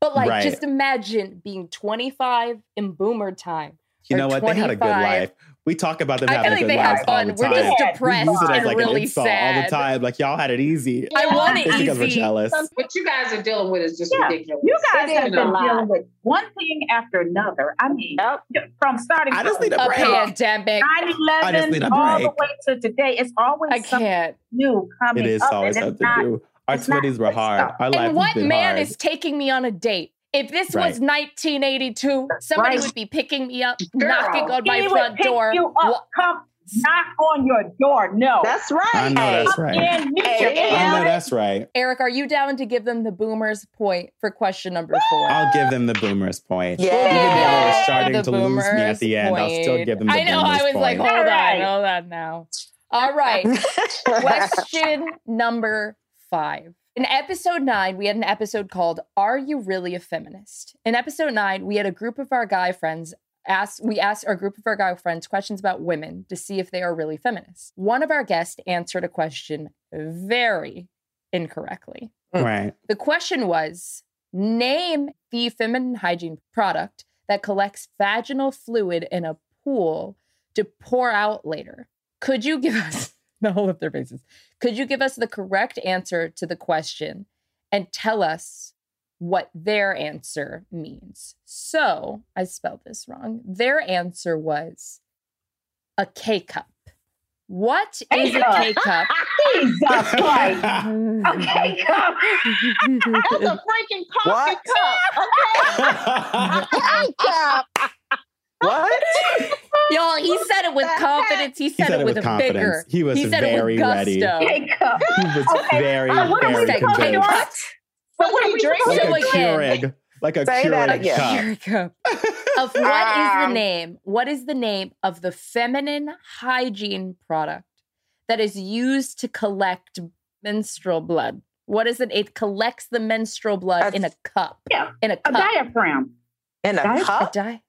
But like, Right. just imagine being 25 in boomer time. You Or know what? They had a good 25. life. We talk about them I feel having like a good they had life all fun. the We're time. just Yeah. We depressed use it as and like an really insult sad. all the time. Like, y'all had it easy. I want it It's because we're easy. jealous. What you guys are dealing with is just Yeah. ridiculous. You guys It have is been a lot. dealing with one thing after another. I mean, Yep. from starting I just from need a A break. pandemic. 9 I just 11 need a all the break. way to today, it's always I something can't. new coming It is up. always and it's something not, new. Our it's not twenties were good hard. stuff. Our life and has what been man hard. is taking me on a date? If this was Right. 1982, somebody right. would be picking me up, Girl, knocking on my he would front pick door. you wa- up, come Knock on your door. No. That's right. I know that's right. I know that's right. Eric, are you down to give them the boomers point for question number four? I'll give them the boomers point. Yeah. Even though they're Yeah. starting The to lose me boomers at the end, I'll still point. give them the I know. I boomers was like, point. hold Alright. on, hold on now. All right. [LAUGHS] [LAUGHS] Question number five. In episode nine, we had an episode called Are You Really a Feminist? In episode nine, we had a group of our guy friends ask we asked our group of our guy friends questions about women to see if they are really feminists. One of our guests answered a question very incorrectly. right. The question was name the feminine hygiene product that collects vaginal fluid in a pool to pour out later. Could you give us [LAUGHS] the whole of their faces? Could you give us the correct answer to the question and tell us what their answer means? So I spelled this wrong. Their answer was a K cup. What is a K cup? Jesus [LAUGHS] Christ. [LAUGHS] Okay, cup. Mm-hmm. [LAUGHS] That's a freaking coffee What? cup. [LAUGHS] Okay. cup. What? Y'all, he said it with confidence. He said, it with, a confidence. vigor. He was said very it with ready. gusto. K cup. He was very, Uh, what are we very talking convinced. about? But what are we drinking? Like So a again- Keurig. Like a Say that Keurig again. cup. [LAUGHS] Here we go. [LAUGHS] Of what is the name? What is the name of the feminine hygiene product that is used to collect menstrual blood? What is it? It collects the menstrual blood in a cup. Yeah, In a A cup. diaphragm. In a That is- A cup? di-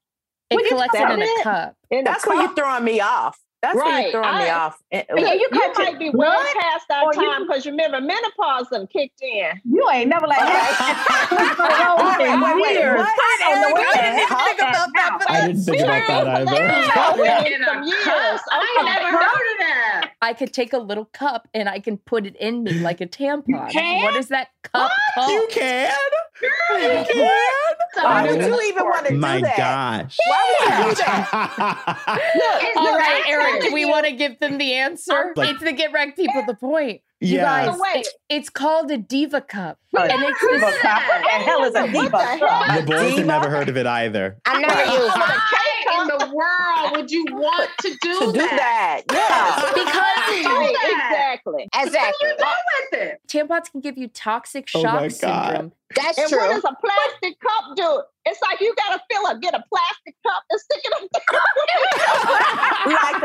What it is collects it in a that? cup. In the That's where cup. you're throwing me off. That's where Right. you're throwing me I- off. Eh, It- [LAUGHS] Yeah, you, You you might be well blood past our or you- time because remember menopause done kicked in. You ain't never like [LAUGHS] that. Wait, wait, wait, Years. what? I don't know what Eric, I the didn't hell think that about now. I didn't think about that either. Yeah. In a Some years. cup? I ain't Okay. never heard of that. I could take a little cup and I can put it in me like a tampon. can? What is that cup called? You can. Girl, You can. Why I would didn't- you even want to do My that? gosh. Why would you do that? [LAUGHS] It's Oh, All right, natural. Eric, do we want to give them the answer? Like- it's to get wreck people the point. You yeah. guys, Wait. it- it's called a diva cup. A and it's the Diva cup. What the hell is a diva What the cup? The boys Diva? have never heard of it either. I never used it. Why in the world would you want [LAUGHS] to do, To do [LAUGHS] that. Yeah. Because Right, that. exactly. Exactly. Go with it. tampons can give you toxic Oh shock my God. syndrome. That's And true. what does a plastic cup do? It's like you gotta fill up, get a plastic cup and stick it [LAUGHS]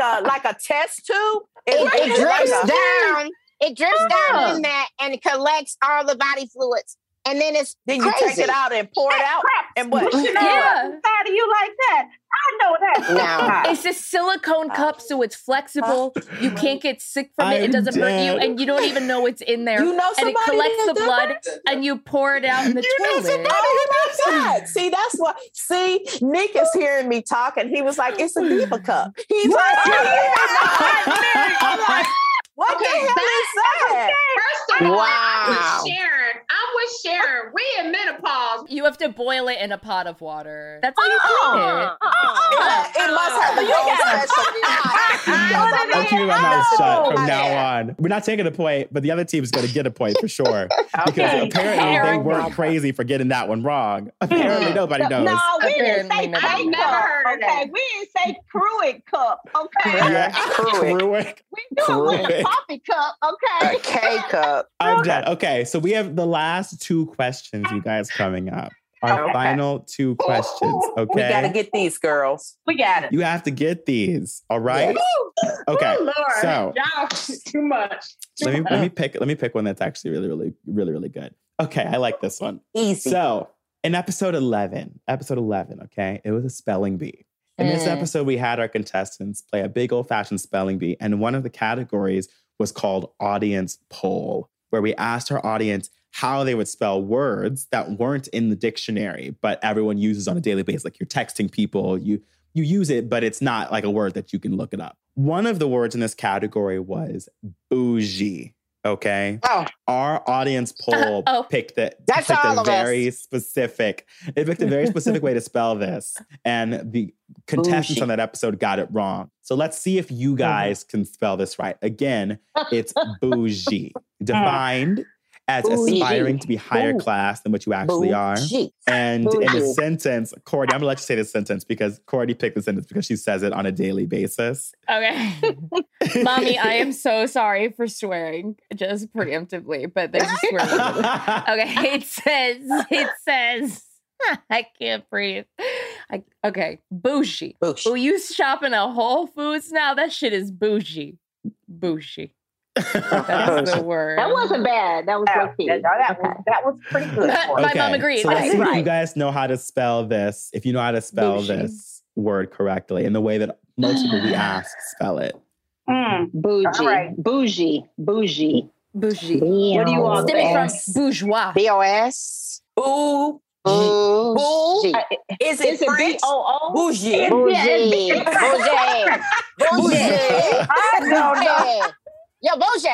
[LAUGHS] up. like a like a test tube. it, it it's like drips a- down. It drips down in that and it collects all the body fluids. And then it's Then you crazy. take it out and pour it out. Crap. And what? You should know Yeah. yeah. inside of you like that. I know that. [LAUGHS] No. It's a silicone cup, so it's flexible. You can't get sick from it. I'm It doesn't hurt you, dead. and you don't even know it's in there. You know and somebody it collects that the does blood, that? and you pour it out in the You know toilet. somebody- Oh my God. See, that's why. See, Nick is hearing me talk, and he was like, "It's a diva cup." He's like, "Oh, "What the Okay, hell is that?" First of all, Wow. I'm with Sharon. I'm with Sharon. We in Oh, menopause. You have to boil it in a pot of water. That's how you clean it. Uh-uh, uh-uh. It must have the [LAUGHS] whole special pot. I'll keep my mouth Oh, shut my from now God. on. We're not taking a point, but the other team's going to get a point for sure. Because [LAUGHS] Okay. apparently they Eric. weren't crazy for getting that one wrong. Apparently Mm-hmm. nobody No, knows. we didn't say Apparently not. cake Never cup. heard of Okay, that. we didn't say cruid cup. Okay, Yeah, Cruic. Cruic. we knew it was a Cruid. coffee cup. A Okay, K cup. I'm done. Okay, so we have the last two questions, you guys, coming up. Our Okay. final two questions. [LAUGHS] We Okay. gotta get these girls. We got it. you have to get these. All right. [LAUGHS] Okay. Oh, Lord. So- Y'all, [LAUGHS] too much. Let me let me pick let me pick one that's actually really, really, really, really good. Okay, I like this one. Easy. So in episode 11, episode 11, okay, it was a spelling bee. In this Mm. episode, we had our contestants play a big old fashioned spelling bee, and one of the categories was called audience poll, where we asked our audience how they would spell words that weren't in the dictionary, but everyone uses on a daily basis. Like you're texting people, you you use it, but it's not like a word that you can look it up. One of the words in this category was bougie. Okay. Oh. Our audience poll [LAUGHS] Oh. picked the That's picked all a of us. very specific. It picked a very specific way to spell this, and the contestants Bougie. on that episode got it wrong. So let's see [LAUGHS] if you guys can spell this right. Again, it's bougie, defined as Bougie. aspiring to be higher Bou- class than what you actually are. Bougie. And in a Bougie. sentence, Cordy, I'm gonna let you say this sentence because Cordy picked the sentence because she says it on a daily basis. Uh-uh. Okay. Mommy, [LAUGHS] [LAUGHS] I [LAUGHS] am so sorry for swearing just preemptively, but there's a swear. word. [LAUGHS] okay, it says, it says, [LAUGHS] I can't breathe. I, okay, bougie. Bougie. Oh, you shopping at Whole Foods now? That shit is bougie. Bougie. That's the word. That wasn't bad. That was Oh, No, low key. that- that was- that was pretty good. for My us. mom agreed. So let's see if you Right. guys know how to spell this. If you know how to spell Bougie. this word correctly in the way that most people [SIGHS] we ask spell it. Mm. Bougie. All right. Bougie. Bougie. Bougie. What do you all Stemming from think? bourgeois. BOS. Boo. Bougie. Uh, Is Is it it B French? O O? Bougie. Bougie. [LAUGHS] Bougie. Bougie. I don't know. Bougie. Yo, bougie.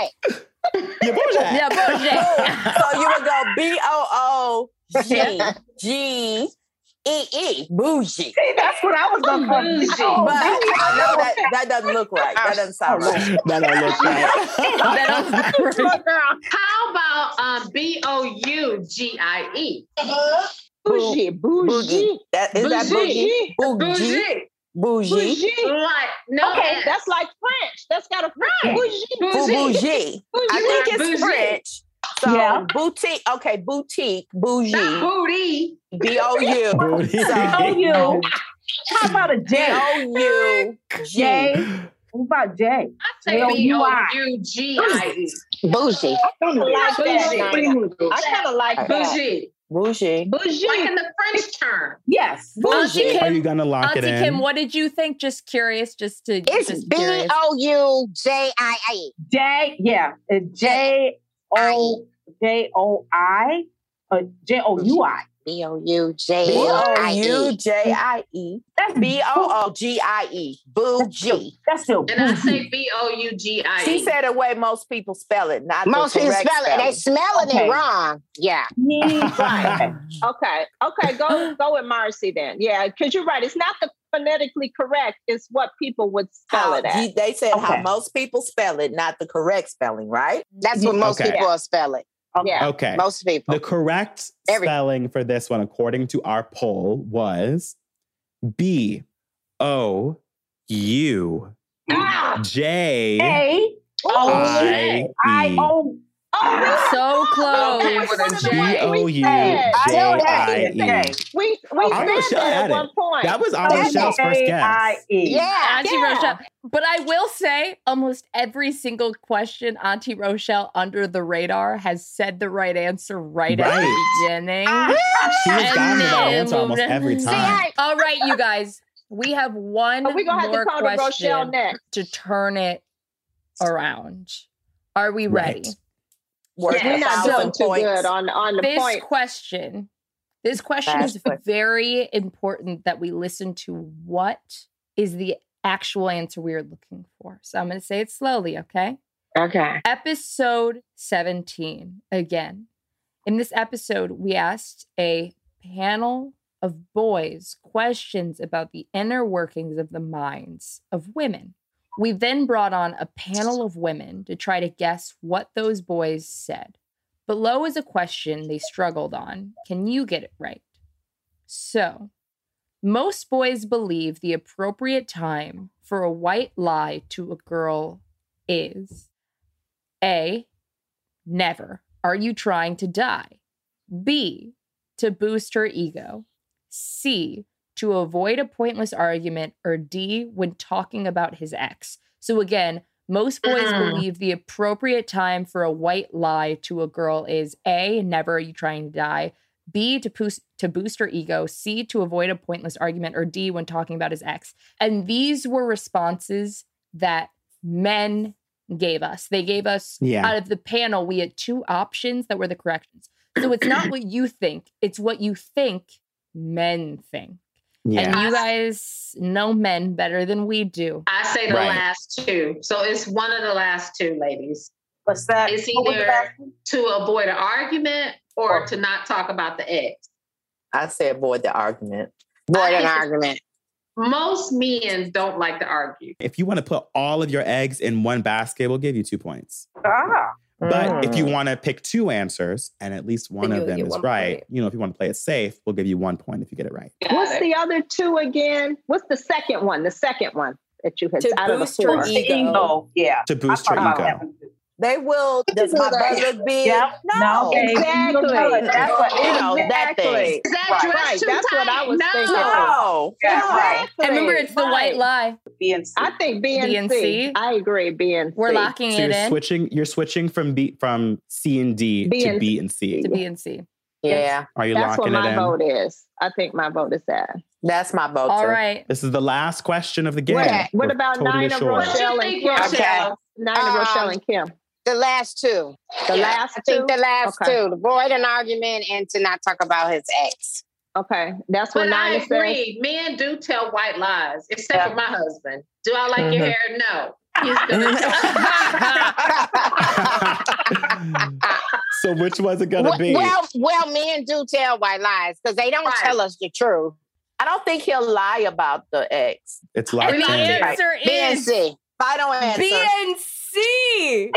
Yeah, Bojack. Yeah, bougie. [LAUGHS] so you would go B O O G G E E bougie. See, that's what I was going to call Bougie. bougie. But Bougie. I know that that doesn't look right. That doesn't sound right. [LAUGHS] That don't look right. [LAUGHS] that was great. Look, girl. How about um, B O U G I E? Bougie. Bougie. Bougie. That is that bougie. Bougie. Bougie. Bougie. Bougie. Bougie. Like, no. Okay, S. that's like French. That's got a Right. Bougie. Bou- Bougie. I think it's Bougie. French. So Yeah. boutique. Okay, boutique. Not Bougie. booty. B O U. Booty. So B O U. How about a B J? O U G. J. What about J? I say B O B-O-U-I. U G I E. Bougie. I kinda like that. Bougie. Nina. I kind of like that. Bougie. Bougie. Bougie. Like in the French term. Yes. Auntie Are Kim, you gonna lock Auntie it in? Kim, what did you think? Just curious, just to It's just B curious. O U J I E. A. J. Yeah. J Oh. O J O I. J O U I. B O U J B I O U E. J I E. That's B O O G I E. Bougie. That's still And I [LAUGHS] say B O U G I E. She said the way most people spell it, not Most the people correct spell it. They smelling Okay. it wrong. Yeah. [LAUGHS] right. Okay. Okay. [LAUGHS] Go go with Marcy then. Yeah, because you're right. It's not the phonetically correct. It's what people would spell How- it as. you- they said Okay. how most people spell it, not the correct spelling, right? That's what most Okay. people will spell it. Oh, Yeah. Okay. Most people. The correct Every- spelling for this one, according to our poll, was B O U Ah, J E. A Oh, I I E. O. Oh, we So close. Okay, That's one of with the a B J. ones O we U E. said. J I J. E. We we I'm gonna said shout that at at it. one point. That was on So, Rochelle's first guess. J-A-I-E. Yeah. Auntie Yeah. Rochelle. But I will say almost every single question Auntie Rochelle under the radar has said the right answer right, at Right. the beginning. Ah. She was And down to that then answer almost moved on. every See, time. I- All right, you guys. We have one But we're gonna have more to call to Rochelle question next. to turn it around. Are we Right. ready? Worth We're a not doing thousand too points. good on on the this point. question this question Last is question. very important that we listen to what is the actual answer we are looking for so i'm going to say it slowly okay Okay. episode 17 again in this episode we asked a panel of boys questions about the inner workings of the minds of women we then brought on a panel of women to try to guess what those boys said Below is a question they struggled on. Can you get it right? So, most boys believe the appropriate time for a white lie to a girl is A. Never. Are you trying to die? B. To boost her ego. C. To avoid a pointless argument. Or D. When talking about his ex. So, again, most boys Mm. believe the appropriate time for a white lie to a girl is A. Never are you trying to die. B. To, boost to boost her ego. C. To avoid a pointless argument. Or D. When talking about his ex. And these were responses that men gave us. They gave us Yeah. out of the panel, we had two options that were the corrections. So it's [CLEARS THROAT] not what you think, it's what you think men think. And Yeah. you guys know men better than we do. I say the Right. last two. So it's one of the last two, ladies. What's Uh, that? It's What was the either- last one? To avoid an argument or to not talk about the ex. I say avoid the argument. More I than an think- argument. Most men don't like to argue. If you want to put all of your eggs in one basket, we'll give you two points. Ah, But if you want to pick two answers and at least one Mm. Then of you'll them get is one right, you know, if you want to play it safe, we'll give you one point if you get it right. What's the other two again? What's the second one? The second one that you had To out of the boost your four. ego. Ego, yeah. To boost your about ego. They will. Does my butt look big? Yep. No. No, babe. Exactly. That's what you know. That thing. Exactly. Is that dress right. too That's what I tight? was No. thinking. No. Yeah. Exactly. And remember, it's the white lie. BNC. I think BNC. BNC. I agree. BNC. We're locking So it you're in switching you're switching from B from C and D B to and- B and C. to B and C. Yeah. Are you That's what my locking it in? vote is. I think my vote is that. That's my vote. All too. right. This is the last question of the game. What, what We're about totally Nina, sure. Rochelle, and think, Kim? Rochelle? Okay. Nina, Um, Rochelle, and Kim. The last two. The last I think two? the last Okay. two. To avoid an argument and to not talk about his ex. Okay. That's what But I Nina said. agree. Men do tell white lies, except for my husband. Do I like your Mhm. hair? No. He's gonna [LAUGHS] So which was it gonna Well- be? Well, well, men do tell white lies because they don't tell us the truth. [LAUGHS] I don't think he'll lie about the ex. it's locked And the in. answer B and is C. If I don't answer, B and C.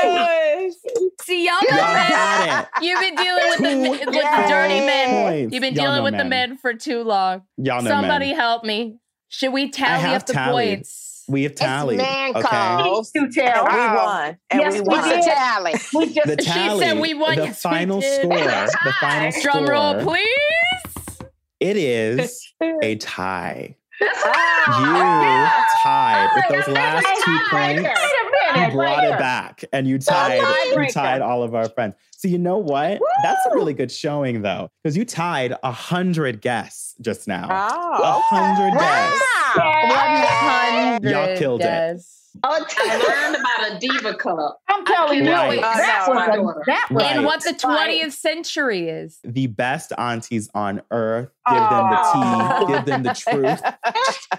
Yes! See, y'all Y'all know men. got it. You've been dealing with the, Two with the dirty men. points. You've been Y'all dealing know with the men. men for too long. Y'all know Somebody men. help me. Should we tally have up the tallied. points? We have tallied. man [LAUGHS] Okay. call. Two tell. and we Oh. won, and Yes, we we We won. did tally. We just The She said tally. we won. The Yes, we final did. score. [LAUGHS] The final score. Drum roll, please. [LAUGHS] It is a tie. Ah. Oh, You tied with those last two points. You brought it back and you Oh, tied you tiebreaker. tied all of our friends. So you know what? That's a really good showing though. Because you tied a hundred guests just now. A Oh, hundred guests. Wow. Y'all killed it. Oh, I t- learned about a diva cup. I'm telling you, Right. that Oh, no, my was daughter. a, that was Right. And what the 20th century is. The best aunties on earth. Give them the Oh. tea. Give them [LAUGHS] the truth.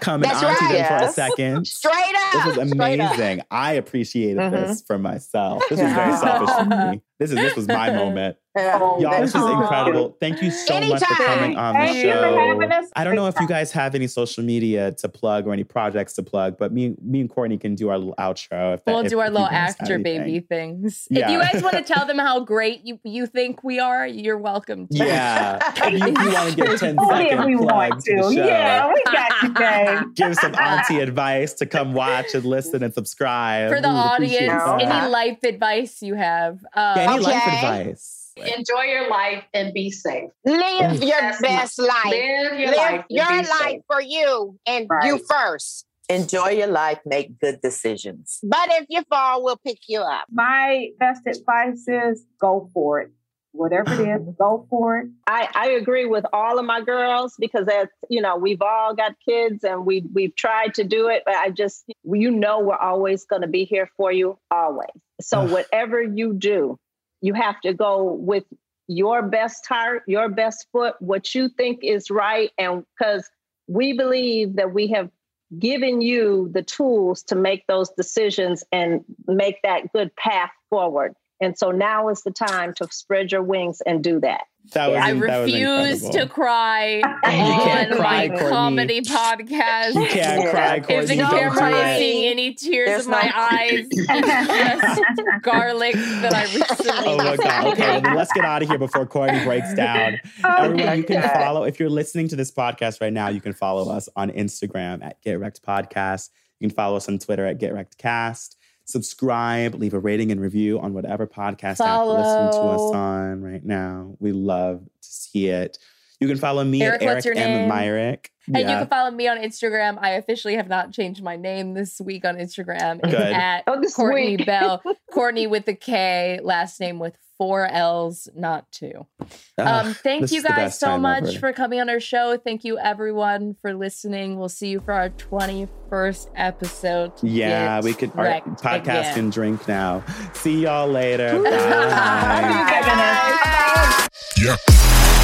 Come and That's auntie right. them for a Yes. second. straight This up. was Straight up. amazing. I appreciated Mhm. this for myself. This was very Yeah. selfish of me. This is this was my moment. yeah. [LAUGHS] Y'all, this was Aw. incredible. Thank you so much for Anytime. coming on the Thank you for having show. us. I don't know if you guys have any social media to plug or any projects to plug, but me, me and Courtney can do our little outro. If that- We'll if- do our if you little guys have actor anything. baby things. Yeah. If you guys [LAUGHS] want to tell them how great you, you think we are, you're welcome to. Yeah, [LAUGHS] if you, want to give ten Only if second we plug want to to. the show. Yeah, we [LAUGHS] got you, babe. Give some auntie advice to come watch and listen and subscribe For the We would appreciate audience, that. any that. life advice you have. Um, Yeah, any life Okay. advice. Enjoy your life and be safe. Live your That's my- best life. Live your life. Live and your be life safe. for you and Right. you first. Enjoy your life. Make good decisions. But if you fall, we'll pick you up. My best advice is go for it. Whatever it is, go for it. I, I agree with all of my girls because as you know, we've all got kids and we we've tried to do it, but I just you know we're always gonna be here for you always. So Ugh. whatever you do, you have to go with your best heart, your best foot, what you think is right, and because we believe that we have given you the tools to make those decisions and make that good path forward. And so now is the time to spread your wings and do that. That was I that was refuse incredible. to cry can't on my cry, Courtney. comedy podcast. [LAUGHS] You can't cry, If Courtney. the don't camera cry. is seeing any tears There's in my no- [LAUGHS] eyes, it's just garlic that [LAUGHS] I recently. [LAUGHS] Oh my god. Okay, well, then let's get out of here before Courtney breaks down. Oh, Everyone, you can God. follow if you're listening to this podcast right now, you can follow us on Instagram at Get Wrecked Podcast. You can follow us on Twitter at Get Wrecked Cast. Subscribe, leave a rating and review on whatever podcast app you listen to us Follow. on right now. We love to see it. You can follow me Eric, at Eric what's your M. name? Myrick. And you can follow me on Instagram. I officially have not changed my name this week on Instagram. It's Good. at Oh, this Courtney week. [LAUGHS] Bell. Courtney with a K, last name with four L's, not two. Ugh, Um, thank this you is the guys best so time much ever. for coming on our show. Thank you everyone for listening. We'll see you for our 21st episode. Yeah, Get we could our wrecked podcast again. and drink now. [LAUGHS] See y'all later. Bye. Bye. Bye. Yeah.